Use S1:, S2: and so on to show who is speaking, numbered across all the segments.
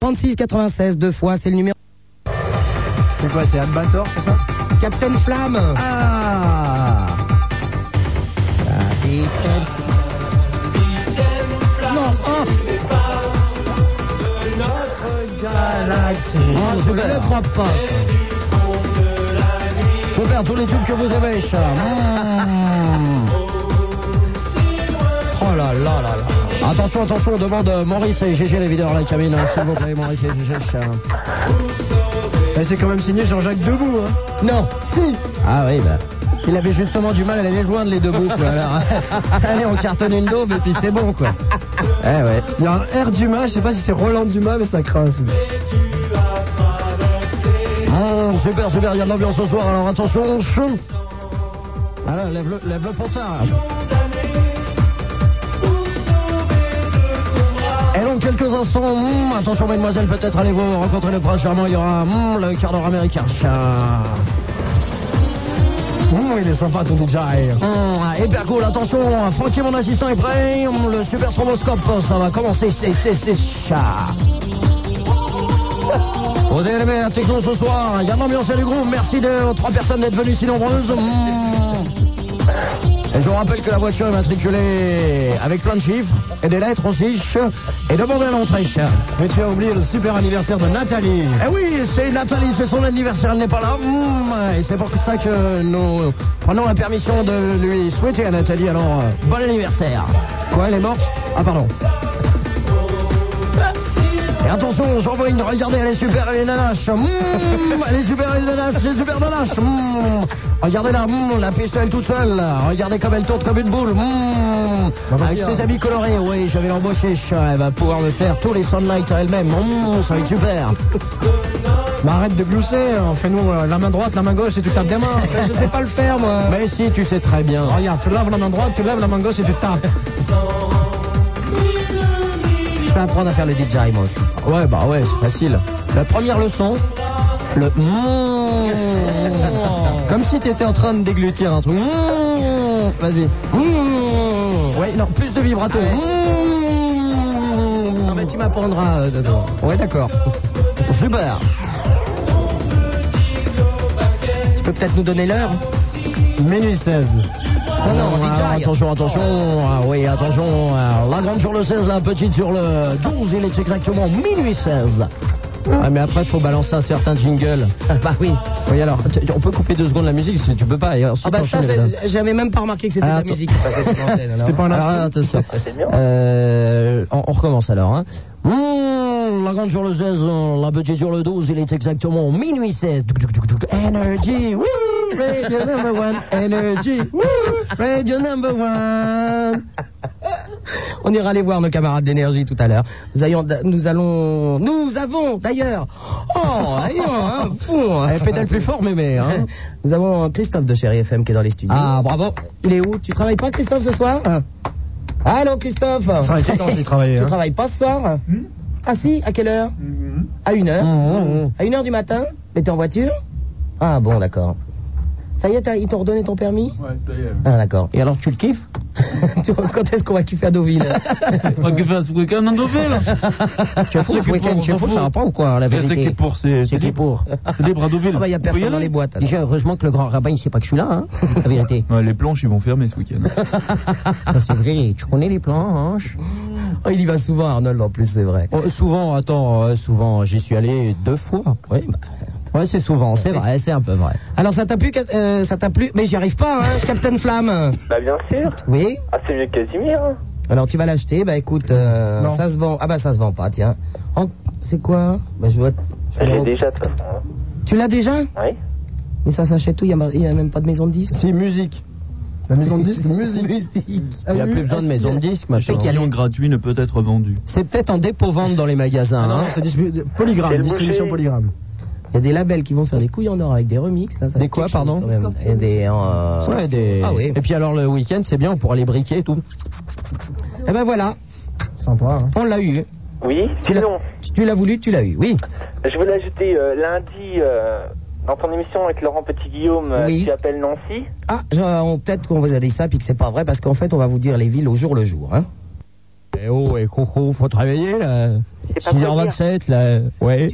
S1: 36 96 deux fois, c'est le numéro.
S2: C'est quoi, c'est Albator, c'est ça
S1: Captain Flamme
S2: Ah
S1: Non, oh,
S3: Ah,
S2: Galaxy
S1: oh, je ne le crois pas.
S2: Je perds tous les tubes que vous avez, chat. Ah. Oh là là là là. Attention, attention, on demande euh, Maurice et GG les videurs la cabine, hein, s'il vous plaît, Maurice et GG chat.
S3: Eh, c'est quand même signé Jean-Jacques Debout. hein.
S2: Non, si Ah oui, bah. Il avait justement du mal à les joindre les deux bouts, quoi. Alors, allez, on cartonne une daube et puis c'est bon, quoi. Eh ouais.
S3: Il y a un R Dumas, je sais pas si c'est Roland Dumas, mais ça craint. ça.
S2: Mmh, super, super, il y a de l'ambiance ce soir, alors attention, chou Alors, lève-le, lève-le pour tard. Et donc, quelques instants, mmh, attention, mesdemoiselles, peut-être allez-vous rencontrer le prince charmant, il y aura mmh, le quart d'heure américain. Chat.
S3: Mmh, il est sympa ton DJ.
S2: Mmh, et Bergoul, attention, hein. Francky, mon assistant, est prêt. Mmh, Le super stroboscope, hein. ça va commencer, c'est, c'est, c'est chat. Vous avez aimé la techno ce soir, hein. il y a de l'ambiance et du groove. Merci de- aux trois personnes d'être venues si nombreuses. Mmh. Et je vous rappelle que la voiture est matriculée avec plein de chiffres et des lettres aussi. ch- Et demandez à l'entrée. ch-
S3: Mais tu as oublié le super anniversaire de Nathalie.
S2: Eh oui, c'est Nathalie, c'est son anniversaire, elle n'est pas là. Mmh. Et c'est pour ça que nous prenons la permission de lui souhaiter à Nathalie. Alors, euh, bon anniversaire. Quoi, elle est morte Ah, pardon. Et attention, j'envoie une. Regardez, elle est super, elle est nanache. Mmh, elle est super, elle est nanache, elle est super nanache. Mmh. Regardez-la, mmh, la piste, elle toute seule. Regardez comme elle tourne comme une boule. Mmh. Avec ses amis colorés, oui, je vais l'embaucher. Elle va pouvoir le faire tous les sunlights à elle-même. Mmh, ça va être super.
S3: Mais arrête de glousser, hein. fais-nous euh, la main droite, la main gauche et tu tapes des mains. je sais pas le faire moi.
S2: Mais si, tu sais très bien.
S3: Regarde, tu laves la main droite, tu laves la main gauche et tu tapes.
S1: Je vais apprendre à faire le DJ, moi aussi.
S2: Ouais, bah ouais, c'est facile. La première leçon, le mmh. Comme si t'étais en train de déglutir un truc. Mmh. Vas-y. Mmh. Ouais, non, plus de vibrato. Mmh.
S1: Ah bah, tu m'apprendras euh, dedans.
S2: Ouais, d'accord. Super.
S1: Tu peux peut-être nous donner l'heure
S3: Minuit 16.
S1: Non, non,
S2: Ah,
S1: DJ.
S2: attention, attention, ah, oui, attention. ah, la grande sur le 16, la petite sur le 12, il est exactement minuit 16. Ah, mais après, faut balancer un certain jingle.
S1: Bah oui.
S2: Oui, alors, tu- tu- on peut couper deux secondes la musique si tu peux pas. et ensuite,
S1: Ah bah ça,
S2: enchaîner les dates.
S1: c'est- j'avais même pas remarqué que c'était de la
S2: Attends.
S1: musique qui passait sur l'antenne. alors.
S3: C'était pas un
S2: Alors,
S3: instru.
S2: Ah, attention. Euh, on, on recommence alors. hein. Mmh, la grande sur le 16, euh, la petite sur le 12, il est exactement minuit 16. Douk, douk, douk, douk. Energy, wouh, radio number one, energy, wouh, radio number one.
S1: On ira aller voir nos camarades d'énergie tout à l'heure. Nous, ayons- nous allons... Nous avons, d'ailleurs... Oh, ayons, hein, fou, hein.
S2: Elle pédale plus fort, mémé. Hein.
S1: Nous avons Christophe de Chéri FM qui est dans les studios.
S2: Ah, bravo.
S1: Il est où Tu travailles pas, Christophe, ce soir Allô, Christophe
S3: Ça va tout le temps, j'ai travaillé.
S1: Tu
S3: hein.
S1: travailles pas ce soir Ah si, à quelle heure À une heure. À une heure du matin Mais t'es en voiture Ah bon, d'accord. Ça y est, t'as- ils t'ont redonné ton permis Ouais, ça y est. Ah d'accord.
S2: Et alors, tu le kiffes
S1: Tu vois, Quand est-ce qu'on va kiffer à Deauville
S4: Pas que faire ce week-end en Deauville.
S2: Tu es fou
S4: C'est
S2: ce
S4: que
S2: week-end
S4: pour,
S2: Tu es
S4: on s'en
S2: fou, ça
S4: fout.
S2: va pas ou quoi, la
S4: Mais C'est
S2: vérité
S4: qui pour c'est
S2: C'est qui pour
S4: C'est libre à Deauville.
S1: Ah bah, il y a
S4: Vous y
S1: personne dans
S4: allez
S1: les boîtes. alors.
S2: Déjà, heureusement que le grand rabbin, il sait pas que je suis là, hein, la vérité.
S4: Ouais, les planches ils vont fermer ce week-end.
S2: Ça, c'est vrai, tu connais les planches.
S1: Oh, il y va souvent, Arnold, en plus, c'est vrai.
S2: Oh, souvent, attends, euh, souvent, j'y suis allé deux fois.
S1: Oui, bah,
S2: Ouais, c'est souvent, c'est vrai, c'est un peu vrai.
S1: Alors ça t'a plu, Cap- euh, ça t'a plu, mais j'y arrive pas, hein, Captain Flamme.
S5: Bah bien sûr.
S1: Oui.
S5: Ah c'est mieux que Casimir. hein.
S1: Alors tu vas l'acheter, bah écoute, euh,
S3: Non.
S1: ça se vend. Ah bah ça se vend pas, tiens. En- C'est quoi Bah je vois.
S5: Je
S1: je
S5: l'ai
S1: vois-
S5: déjà de toute façon. hein.
S1: Tu l'as déjà
S5: Oui.
S1: Mais ça s'achète où Il y a, ma- il y a même pas de maison de disque.
S3: C'est musique. La maison de disque, c'est musique. Ah
S2: Il n'y a plus besoin de maison de disque, machin.
S4: Un client gratuit ne peut être vendu.
S2: C'est peut-être en dépôt-vente dans les magasins.
S3: Ah non,
S2: hein.
S3: non, c'est distribu- polygramme,
S5: C'est le
S3: distribution
S5: boucher.
S3: polygramme.
S1: Il y a des labels qui vont faire des couilles en or avec des remixes. Là, ça
S2: Des
S1: fait
S2: quoi,
S1: quelque chose,
S2: pardon
S1: quand même. Et des. euh,
S2: Ouais, des-
S1: Ah oui.
S2: Et puis alors le week-end, c'est bien, on pourra les briquer et tout.
S1: Eh ben voilà,
S3: Sympa. hein.
S1: on l'a eu.
S5: Oui.
S1: Tu l'as-
S5: Sinon,
S1: Tu, tu l'as voulu, tu l'as eu. Oui.
S5: je voulais ajouter euh, lundi euh, dans ton émission avec Laurent Petit Guillaume, euh,
S1: Oui.
S5: tu appelles Nancy.
S1: Ah, je- on- peut-être qu'on vous a dit ça puis que c'est pas vrai parce qu'en fait on va vous dire les villes au jour le jour. Hein.
S2: Eh oh, et Coco, faut travailler là.
S6: C'est pas quoi dire.
S2: 6h27 là. Ouais.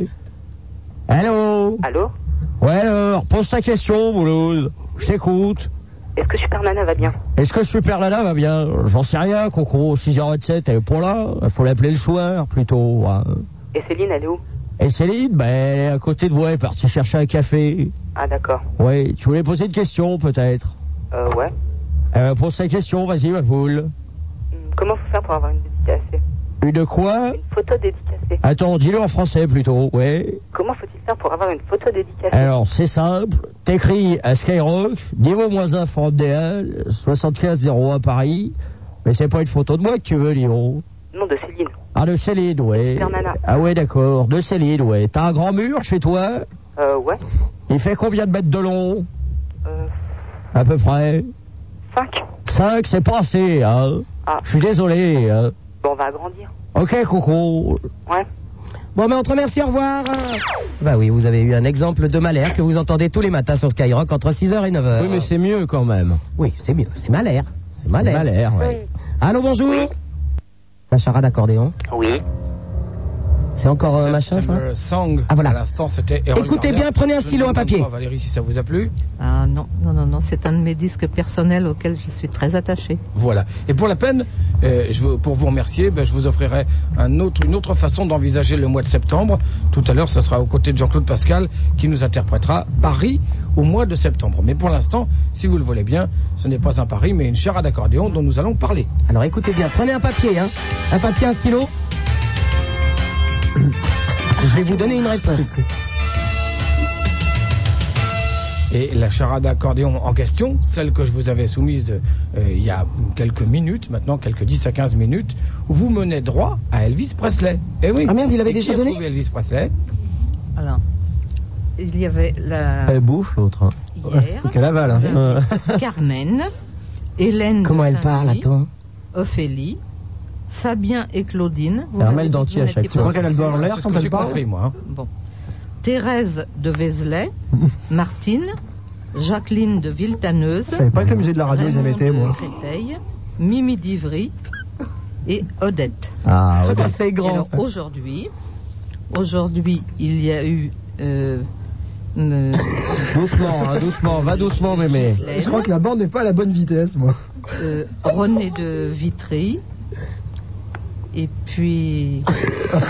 S2: Allô
S6: Allô
S2: Ouais alors, pose ta question, Mouloud. Je t'écoute.
S6: Est-ce que Super Nana va bien
S2: Est-ce que Super Lala va bien J'en sais rien, Coco. 6h27, elle est pour là. Faut l'appeler le soir plutôt. hein.
S6: Et Céline, elle est où
S2: Et Céline, ben, elle est à côté de moi, elle est partie chercher un café.
S6: Ah d'accord.
S2: Ouais, tu voulais poser une question peut-être
S6: Euh, ouais.
S2: euh, Pose ta question, vas-y, ma foule.
S6: Hum, Comment faut faire pour avoir une dédicacée
S2: Une quoi
S6: Une photo dédicacée.
S2: Attends, dis-le en français plutôt, ouais.
S6: Comment faut-il faire pour avoir une photo dédicacée
S2: Alors, c'est simple, t'écris à Skyrock, niveau moins 1 Forum DL, 7501 Paris, mais c'est pas une photo de moi que tu veux, Lyon.
S6: Non, de Céline.
S2: Ah, de Céline, ouais.
S6: Super Nana.
S2: Ah ouais, d'accord, de Céline, ouais. T'as un grand mur chez toi
S6: Euh, ouais.
S2: Il fait combien de mètres de long
S6: Euh,
S2: À peu près
S6: 5.
S2: 5, c'est pas assez, hein
S6: Ah.
S2: Je suis désolé, hein.
S6: Bon, on va agrandir.
S2: Ok, Coco.
S6: Ouais.
S1: Bon, mais on te remercie, au revoir. Bah oui, vous avez eu un exemple de malaire que vous entendez tous les matins sur Skyrock entre 6h et 9h.
S2: Oui, mais c'est mieux quand même.
S1: Oui, c'est mieux, c'est malaire. C'est malaire.
S2: Malheur, ouais.
S1: Allô, bonjour. La charade accordéon.
S5: Oui.
S1: C'est encore euh, machin, ça
S7: September Song.
S1: Ah, voilà.
S7: À l'instant, c'était Errol
S1: Écoutez
S7: Garner.
S1: bien, prenez un
S7: Je
S1: stylo,
S7: ne
S1: un
S7: demande
S1: papier.
S7: pas, Valérie, si ça vous a plu.
S8: Ah non, non, non, non, c'est un de mes disques personnels auxquels je suis très attachée.
S7: Voilà. Et pour la peine, euh, je veux- pour vous remercier, ben, je vous offrirai un autre, une autre façon d'envisager le mois de septembre. Tout à l'heure, ce sera aux côtés de Jean-Claude Pascal qui nous interprétera Paris au mois de septembre. Mais pour l'instant, si vous le voulez bien, ce n'est pas un Paris, mais une charade d'accordéon dont nous allons parler.
S1: Alors écoutez bien, prenez un papier, hein. Un papier, un stylo. Je vais vous donner une réponse.
S7: Et la charade accordéon en question, celle que je vous avais soumise euh, il y a quelques minutes, maintenant quelques 10 à 15 minutes, vous menez droit à Elvis Presley. Eh oui.
S1: Ah merde, il avait
S7: Et qui
S1: déjà
S7: a
S1: donné
S7: trouvé Elvis Presley.
S8: Alors, il y avait la
S2: Elle bouffe, l'autre. hein.
S8: hier,
S2: Faut Euh, qu'elle avale. hein.
S8: Carmen, Hélène, de
S1: Comment elle parle,
S8: Saint-Denis,
S1: attends
S8: Ophélie, Fabien et Claudine. Vous
S2: Elle remet
S8: m'avez
S2: le
S8: dit que
S2: dentier
S8: vous
S2: à chaque
S8: n'étiez
S2: fois.
S8: pas-
S3: crois qu'elle a le doigt en l'air
S7: Ah, C'est ce
S3: quand
S7: que
S3: elle
S7: j'ai
S3: parle
S7: compris, moi. hein.
S8: Bon. Thérèse de Vézelay, Martine, Jacqueline de Villetaneuse,
S3: Je savais pas que le musée de la radio, ils
S8: Raymond
S3: avaient été,
S8: de
S3: moi.
S8: Créteil, Mimi d'Ivry et Odette.
S2: Ah, ouais.
S1: Ah, C'est
S8: Et
S1: grand.
S8: alors,
S1: ça.
S8: aujourd'hui, aujourd'hui, il y a eu euh, me-
S2: Doucement, hein, doucement, va doucement, mémé.
S3: Je crois que la bande n'est pas à la bonne vitesse, moi.
S8: euh, René de Vitry. Et puis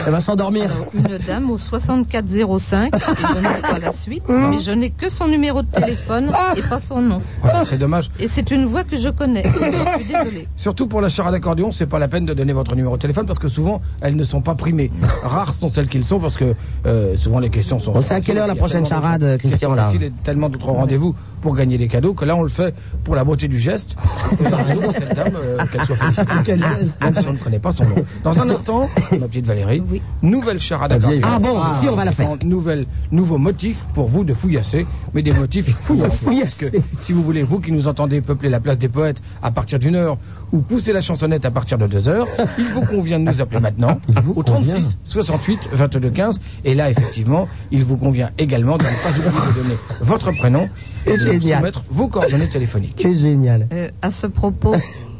S2: Elle va s'endormir.
S8: alors, une dame au 6405, et je n'ai pas la suite,
S3: Hein
S8: mais je n'ai que son numéro de téléphone
S3: Ah
S8: et pas son nom.
S7: Voilà, c'est dommage.
S8: Et c'est une voix que je connais, je suis désolée.
S7: Surtout pour la charade accordéon, c'est pas la peine de donner votre numéro de téléphone parce que souvent elles ne sont pas primées. Rares sont celles qu'ils sont parce que euh, souvent les questions sont.
S1: On sait à quelle heure la
S7: Il y a
S1: prochaine
S7: tellement
S1: charade,
S7: d'autres-
S1: euh, Christian, là.
S7: Il y a tellement d'autres rendez-vous pour gagner des cadeaux que là on le fait pour la beauté du geste. Et surtout, cette dame, euh, qu'elle soit félicitée.
S3: Quel geste.
S7: Même si on ne connaît pas son nom. Dans un instant, ma petite Valérie,
S8: Oui.
S7: nouvelle charade
S2: La vieille.
S7: accordéon.
S1: Ah bon, si on va la faire.
S7: En Nouvelle, nouveau motif pour vous de fouillasser, mais des motifs fouillants. Parce que si vous voulez, vous qui nous entendez peupler la place des poètes à partir d'une heure ou pousser la chansonnette à partir de deux heures, il vous convient de nous appeler maintenant au 36 68 22 15. Et là, effectivement, il vous convient également de ne pas oublier de donner votre prénom et de
S1: génial.
S7: soumettre vos coordonnées téléphoniques.
S1: C'est génial.
S8: Euh, à ce propos,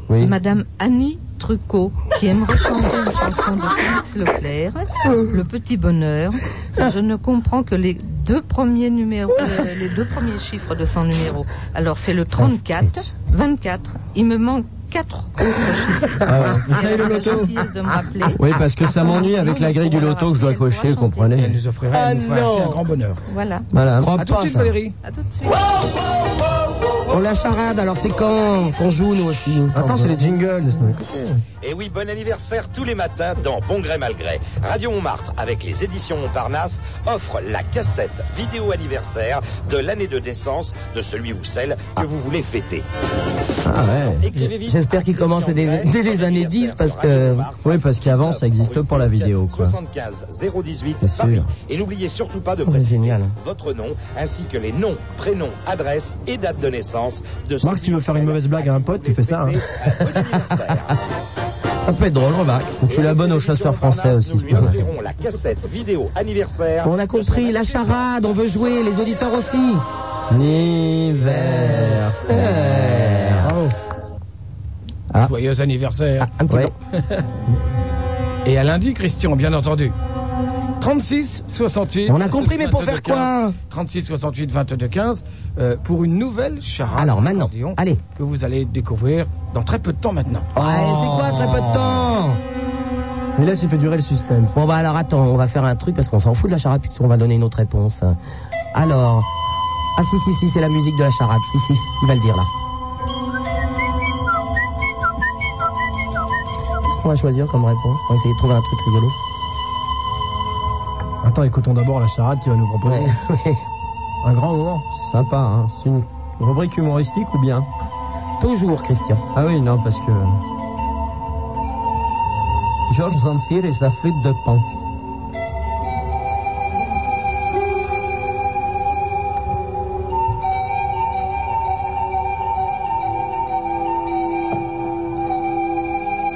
S2: Oui.
S8: Madame Annie Trucco, qui aimerait chanter une chanson de Félix Leclerc, Le Petit Bonheur, je ne comprends que les deux premiers numéros, euh, les deux premiers chiffres de son numéro. Alors c'est le 34, 24. Il me manque quatre autres chiffres.
S2: Ah ouais.
S8: C'est
S3: le loto.
S8: de me rappeler.
S2: Oui, parce que ça m'ennuie avec la grille du loto que je dois cocher, vous
S7: Et
S2: comprenez
S7: elle nous offrirait elle nous ferait
S1: Ah
S7: ainsi un grand bonheur.
S8: Voilà.
S2: Voilà.
S7: À tout de suite, Valérie.
S8: À tout de suite.
S1: On la charade, alors c'est quand qu'on joue, nous aussi
S3: Attends, c'est les jingles.
S9: Et oui, bon anniversaire tous les matins dans Bon Gré Malgré. Radio Montmartre, avec les éditions Montparnasse, offre la cassette vidéo anniversaire de l'année de naissance de celui ou celle que vous voulez fêter.
S2: Ah ouais.
S9: Écrivez vite
S1: J'espère qu'il
S9: à
S1: commence
S9: Christian
S1: dès-
S9: Grey,
S1: dès les
S9: bon
S1: années
S9: anniversaire
S1: 10, parce
S9: sur
S1: que-
S9: Radio Montmartre,
S2: Oui, parce qu'avant, ça existe pas la vidéo, quoi.
S9: 75 018
S2: C'est sûr.
S9: Paris. Et n'oubliez surtout pas de
S1: Oh,
S9: préciser
S1: génial.
S9: votre nom, ainsi que les noms, prénoms, adresses et date de naissance de celui
S3: Marc, si tu veux
S9: ou
S3: faire une
S9: celle
S3: mauvaise blague à un pote, tu
S9: vous
S3: fais ça, hein.
S9: voulez fêter un bon anniversaire.
S2: Ça peut être drôle, remarque. Ou tu la bonne aux chasseurs français aussi,
S9: Nous
S2: c'est
S9: lui
S2: pas mal.
S9: offrirons la cassette vidéo anniversaire.
S1: On a compris, la charade, Ah, on veut jouer, les auditeurs aussi.
S2: L'hiver.
S1: Euh,
S2: Ah,
S7: Joyeux anniversaire.
S1: Un petit
S2: Ouais.
S1: temps.
S7: Et à lundi, Christian, bien entendu. 36 68.
S1: On a compris, mais pour
S7: 22,
S1: faire quoi
S7: 36 68 22 15 euh, pour une nouvelle charade.
S1: Alors maintenant,
S7: d'accordéon
S1: allez.
S7: Que vous allez découvrir dans très peu de temps maintenant.
S1: Ouais, c'est quoi très peu de temps
S3: Mais là, c'est fait durer le suspense.
S1: Bon bah alors attends, on va faire un truc parce qu'on s'en fout de la charade puisqu'on va donner une autre réponse. Alors, ah si si si, c'est la musique de la charade. Si si, il va le dire là. Qu'est-ce qu'on va choisir comme réponse On va essayer de trouver un truc rigolo.
S3: Attends, écoutons d'abord la charade qui va nous proposer.
S1: ouais.
S3: Un grand moment.
S2: Sympa, hein. C'est une rubrique humoristique ou bien
S1: Toujours Christian.
S2: Ah oui, non, parce que. Georges Zamfir et sa flûte de pan.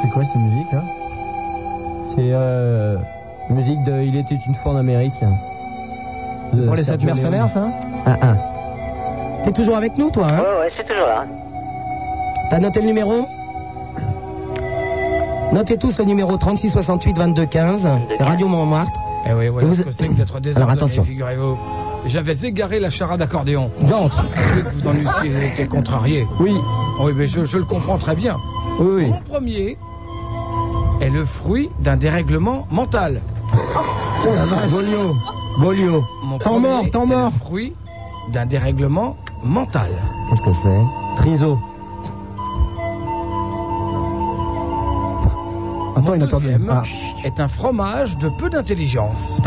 S3: C'est quoi cette musique
S2: hein
S3: là
S2: C'est euh, musique de Il était une fois en Amérique. De
S3: Pour les sept
S2: Sergio Leone.
S3: mercenaires, ça
S2: Ah, ah.
S1: hein T'es toujours avec nous toi hein
S5: ouais, c'est toujours là.
S1: T'as noté le numéro Notez tous le numéro 36 68 22 15. C'est Radio Montmartre.
S7: Eh oui, voilà
S1: Vous-
S7: ce que c'est que d'être désordonné,
S1: Alors, attention.
S7: figurez-vous. J'avais égaré la charade accordéon.
S1: Genre.
S7: Je sais que vous en eussiez été contrarié. Oh,
S2: Oui,
S7: Oui, mais je, je le comprends très bien.
S2: oui, oui.
S7: Le premier est le fruit d'un dérèglement mental.
S3: Ah, Bolio. Bolio.
S7: Mon
S3: Temps
S7: premier
S3: mort, temps
S7: est
S3: mort.
S7: Le fruit d'un dérèglement mental.
S1: Qu'est-ce que c'est
S2: Triso.
S3: Attends, il a perdu.
S7: Deuxième
S3: Ah.
S7: est un fromage de peu d'intelligence.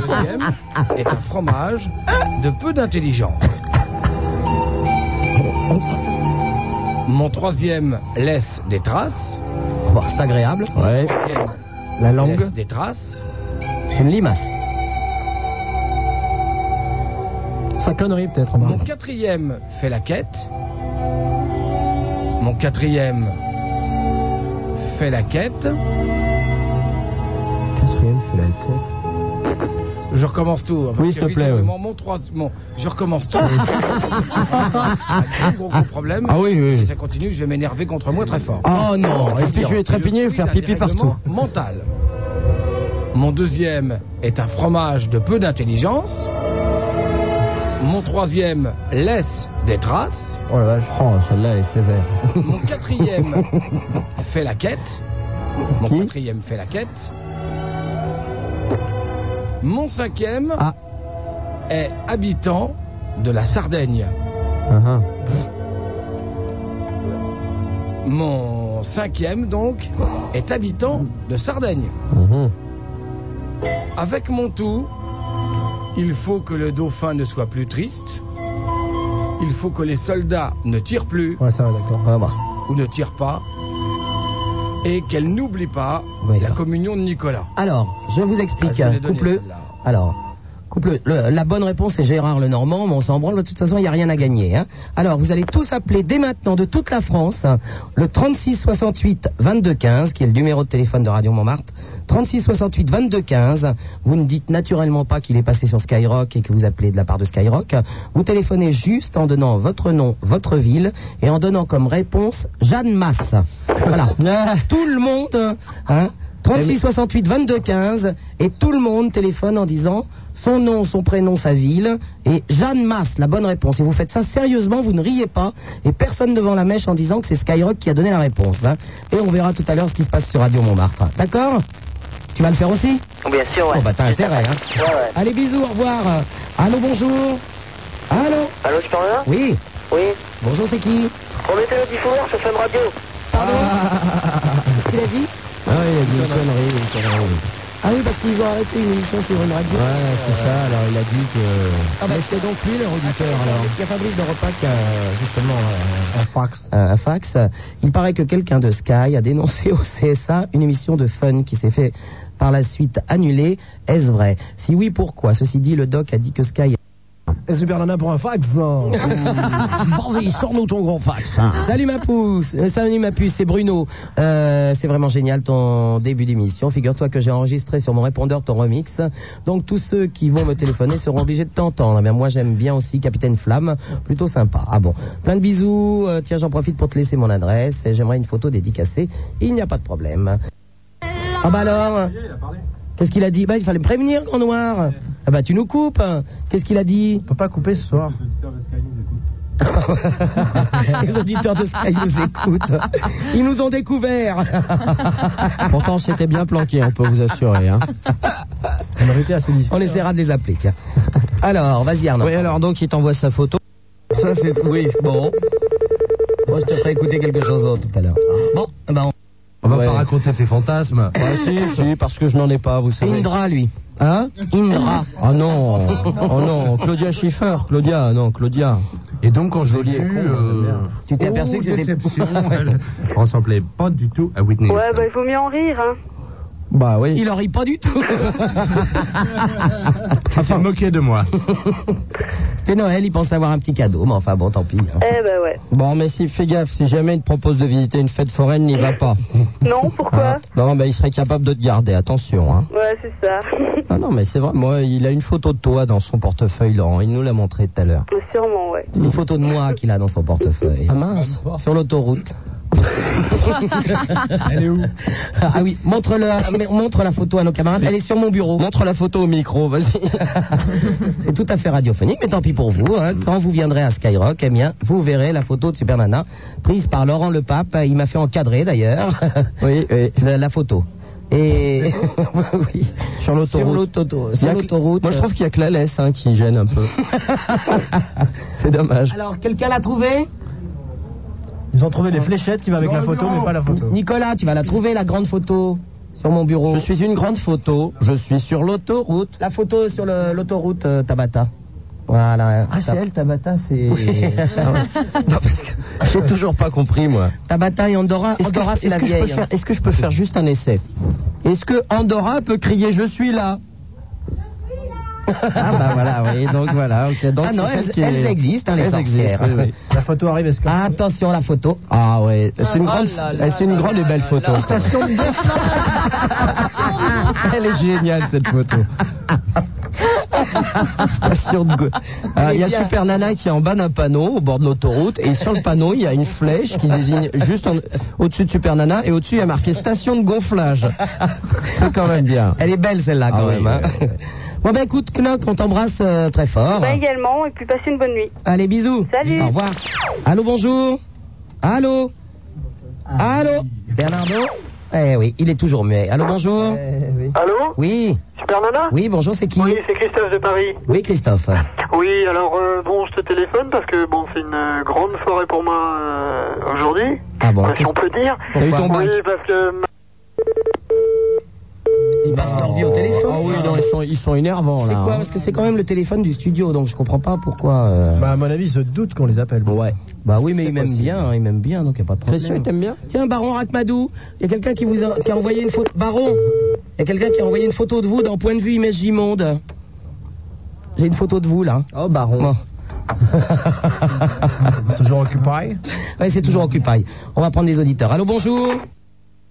S7: Deuxième est un fromage de peu d'intelligence. Mon troisième laisse des traces.
S1: Bon, C'est agréable.
S2: Ouais.
S7: Troisième
S3: La langue.
S7: laisse des traces.
S1: C'est une limace.
S3: Sa connerie, peut-être, en
S7: Mon quatrième fait la quête. Mon quatrième fait la quête.
S2: Quatrième, c'est la tête.
S7: Je recommence tout. hein, parce
S2: Oui, s'il
S7: que
S2: te plaît,
S7: visiblement, Mon, trois, mon- je recommence tout. Un gros, gros problème.
S2: Ah oui, oui.
S7: Si ça continue, je vais m'énerver contre moi très fort.
S2: Oh non,
S3: est-ce que je vais
S7: Le
S3: trépigner,
S7: fruit
S3: faire
S7: d'un
S3: pipi partout
S7: dérèglement Mental. Mon deuxième est un fromage de peu d'intelligence. Mon troisième laisse des traces.
S2: Oh la vache. Oh, celle-là, elle est sévère.
S7: Mon quatrième fait la quête. Mon
S2: Qui
S7: quatrième fait la quête. Mon cinquième
S2: Ah.
S7: est habitant de la Sardaigne.
S2: Ah,
S3: Uh-huh.
S2: ah.
S7: Mon cinquième, donc, est habitant de Sardaigne.
S3: Uh-huh.
S2: Mhm.
S7: Avec mon tout, il faut que le dauphin ne soit plus triste. Il faut que les soldats ne tirent plus
S3: Ouais, ça va, d'accord.
S1: Ah bah.
S7: ou ne tirent pas. Et qu'elle n'oublie pas
S1: Oui,
S7: la
S1: alors.
S7: communion de Nicolas.
S1: Alors, je vous explique.
S7: Ah, je vous l'ai donné,
S1: couple.
S7: celle-là.
S1: Alors, couple. le- la bonne réponse c'est Gérard Lenormand, mais on s'en branle. De toute façon, il n'y a rien à gagner. hein. Alors, vous allez tous appeler dès maintenant de toute la France hein, le 36 68 22 15, qui est le numéro de téléphone de Radio Montmartre. 36 68 22 15. Vous ne dites naturellement pas qu'il est passé sur Skyrock et que vous appelez de la part de Skyrock. Vous téléphonez juste en donnant votre nom, votre ville et en donnant comme réponse Jeanne Masse. Voilà. Tout le monde. Hein, 36 68 22 15 et tout le monde téléphone en disant son nom, son prénom, sa ville et Jeanne Masse, la bonne réponse. Et vous faites ça sérieusement, vous ne riez pas et personne devant la mèche en disant que c'est Skyrock qui a donné la réponse. hein. Et on verra tout à l'heure ce qui se passe sur Radio Montmartre. D'accord Tu vas le faire aussi
S5: Bien sûr, ouais.
S1: Bon bah t'as intérêt. Hein.
S5: Ouais, ouais.
S1: Allez bisous, au revoir. Allô, bonjour. Allô
S5: Allô, je t'en là
S1: Oui.
S5: Oui.
S1: Bonjour, c'est qui
S5: Remettez le diffuseur sur Fun Radio.
S1: Pardon Qu'est-ce qu'il a dit
S2: Ah, il a dit une connerie, une connerie.
S1: Ah oui, parce qu'ils ont arrêté une émission sur une radio.
S2: Ouais, c'est ça. Alors, il a dit que.
S1: Ah bah, c'est donc lui leur auditeur alors. Il y a Fabrice de Repas qui a justement
S2: Un fax.
S1: euh, un fax. Il paraît que quelqu'un de Sky a dénoncé au CSA une émission de fun qui s'est fait par la suite annulée. Est-ce vrai Si oui, pourquoi Ceci dit, le doc a dit que Sky
S3: et Super Nana pour un fax. hein.
S2: Vas-y, sors-nous ton gros fax. hein.
S1: Salut ma pouce, Euh, salut ma puce, c'est Bruno. Euh, c'est vraiment génial ton début d'émission. Figure-toi que j'ai enregistré sur mon répondeur ton remix. Donc tous ceux qui vont me téléphoner seront obligés de t'entendre. Eh bien, moi j'aime bien aussi Capitaine Flamme, plutôt sympa. Ah bon, plein de bisous. Euh, tiens, j'en profite pour te laisser mon adresse. Et J'aimerais une photo dédicacée. Il n'y a pas de problème. Ah bah alors Qu'est-ce qu'il a dit Bah il fallait me prévenir, Grand Noir. Ah bah tu nous coupes. Qu'est-ce qu'il a dit
S3: On peut pas couper ce soir.
S1: Les auditeurs de Sky nous écoutent. Ils nous ont découvert.
S2: Pourtant, c'était bien planqué, on peut vous assurer. Hein.
S3: On aurait été assez discret.
S1: On essaiera de les appeler, tiens. Alors, vas-y Arnaud.
S2: Oui, alors donc, il t'envoie sa photo.
S1: ça c'est... Oui, bon. Moi, je te ferai écouter quelque chose d'autre tout à l'heure. Bon, bah on...
S10: On va
S2: Ouais.
S10: pas raconter tes fantasmes.
S2: Ah, si, si, parce que je n'en ai pas, vous savez.
S1: Indra, lui.
S2: Hein
S1: Indra.
S2: Ah non, oh non, Claudia Schiffer, Claudia, non, Claudia.
S10: Et donc, quand je l'ai vu, euh,
S1: Tu t'es aperçu
S10: oh,
S1: que c'était...
S10: déception, elle ressemblait pas du tout à Whitney.
S6: Ouais, bah, il vaut mieux en rire, hein.
S2: Bah oui.
S1: Il en rit pas du tout.
S10: Ça fait moquer de moi.
S1: C'était Noël, il pensait avoir un petit cadeau, mais enfin bon, tant pis. hein.
S6: Eh, bah, ouais.
S2: Bon, mais si, fais gaffe, si jamais il te propose de visiter une fête foraine, n'y va pas.
S6: Non, pourquoi
S1: Ah.
S2: Hein non, mais il serait capable de te garder, attention. Hein.
S6: Ouais, c'est ça.
S2: Ah non, mais c'est vrai, moi, il a une photo de toi dans son portefeuille, Laurent, il nous l'a montré tout à l'heure.
S6: Sûrement, ouais.
S1: C'est une photo de moi qu'il a dans son portefeuille.
S2: Ah mince
S1: Sur l'autoroute.
S3: Elle est où
S1: Ah oui, montre-le, à- mais montre la photo à nos camarades. Elle est sur mon bureau.
S2: Montre la photo au micro, vas-y.
S1: C'est tout à fait radiophonique, mais tant pis pour vous. hein. Quand vous viendrez à Skyrock, eh bien, vous verrez la photo de Super Nana prise par Laurent Le Pape. Il m'a fait encadrer d'ailleurs
S2: Oui, oui.
S1: la, la photo. Et oui.
S2: Sur l'autoroute.
S1: Sur l'auto-
S2: Il y
S1: sur
S2: a que-
S1: l'autoroute.
S2: Moi, je trouve qu'il y a que la laisse hein, qui gêne un peu. c'est dommage.
S1: Alors, quelqu'un l'a trouvé
S3: Ils ont trouvé les fléchettes qui va avec la photo, mais pas la photo.
S1: Nicolas, tu vas la trouver la grande photo sur mon bureau.
S2: Je suis une grande photo, je suis sur l'autoroute.
S1: La photo sur le- l'autoroute euh, Tabata. Ah, Voilà. Tab-
S2: Tabata, c'est. non, parce que j'ai toujours pas compris, moi.
S1: Tabata et Andorra.
S2: Est-ce que,
S1: Andorra,
S2: je-
S1: c'est la
S2: est-ce que je peux
S1: vieille. hein.
S2: faire, est-ce que je peux faire juste un essai Est-ce que Andorra peut crier Je suis là ah bah voilà, oui, donc voilà, ok. Donc
S1: Ah non,
S2: c'est celle
S1: elles-
S2: qui est-
S1: elles existent, hein, les
S2: Elles
S1: sorcières.
S2: existent, oui, oui.
S3: La photo arrive, est-ce que.
S1: Attention la photo.
S2: Ah ouais, c'est une grande, Eh, c'est une grande et belle photo. Elle est géniale cette photo. Station de go- Ah, Il y a Super Nana qui est en bas d'un panneau au bord de l'autoroute et sur le panneau il y a une flèche qui désigne juste en- au-dessus de Super Nana et au-dessus il y a marqué station de gonflage. C'est quand même bien.
S1: Elle est belle celle-là quand
S2: Ah oui,
S1: même. hein. Bon ben écoute Knock, on t'embrasse euh, très fort.
S6: Bah, également, et puis passez une bonne nuit.
S1: Allez bisous.
S6: Salut.
S1: Au revoir. Allô bonjour. Allô. Allô. Bernardo. Eh oui, il est toujours muet. Allô bonjour.
S5: Allô
S1: Oui.
S5: Super Nana
S1: Oui bonjour c'est qui
S5: Oui, c'est Christophe de Paris.
S1: Oui Christophe.
S5: Oui, alors euh, bon, je te téléphone parce que bon, c'est une euh, grande soirée pour moi euh, aujourd'hui,
S1: Ah bon.
S5: si on peut dire.
S2: T'as eu ton
S5: Oui,
S2: bac
S5: parce que
S1: Il passe leur vie au téléphone.
S2: Ah oui, non, ils sont, ils sont énervants là.
S1: C'est quoi
S2: hein.
S1: Parce que c'est quand même le téléphone du studio, donc je comprends pas pourquoi. euh,
S3: Bah, à mon avis, ils se doutent qu'on les appelle. Ouais.
S1: Bah oui, mais
S2: Ah, c'est
S1: il m'aime
S2: possible.
S1: bien, hein, il m'aime bien, donc il n'y a pas de
S2: Christian,
S1: problème.
S2: il t'aime bien
S1: Tiens, Baron Ratmadou, il y a quelqu'un qui vous a, qui a envoyé une photo. Baron, il y a quelqu'un qui a envoyé une photo de vous dans Point de vue Image Immonde. J'ai une photo de vous là.
S2: Oh baron.
S3: Toujours occupé.
S1: Ouais, c'est toujours Occupy. On va prendre des auditeurs. Allô, bonjour.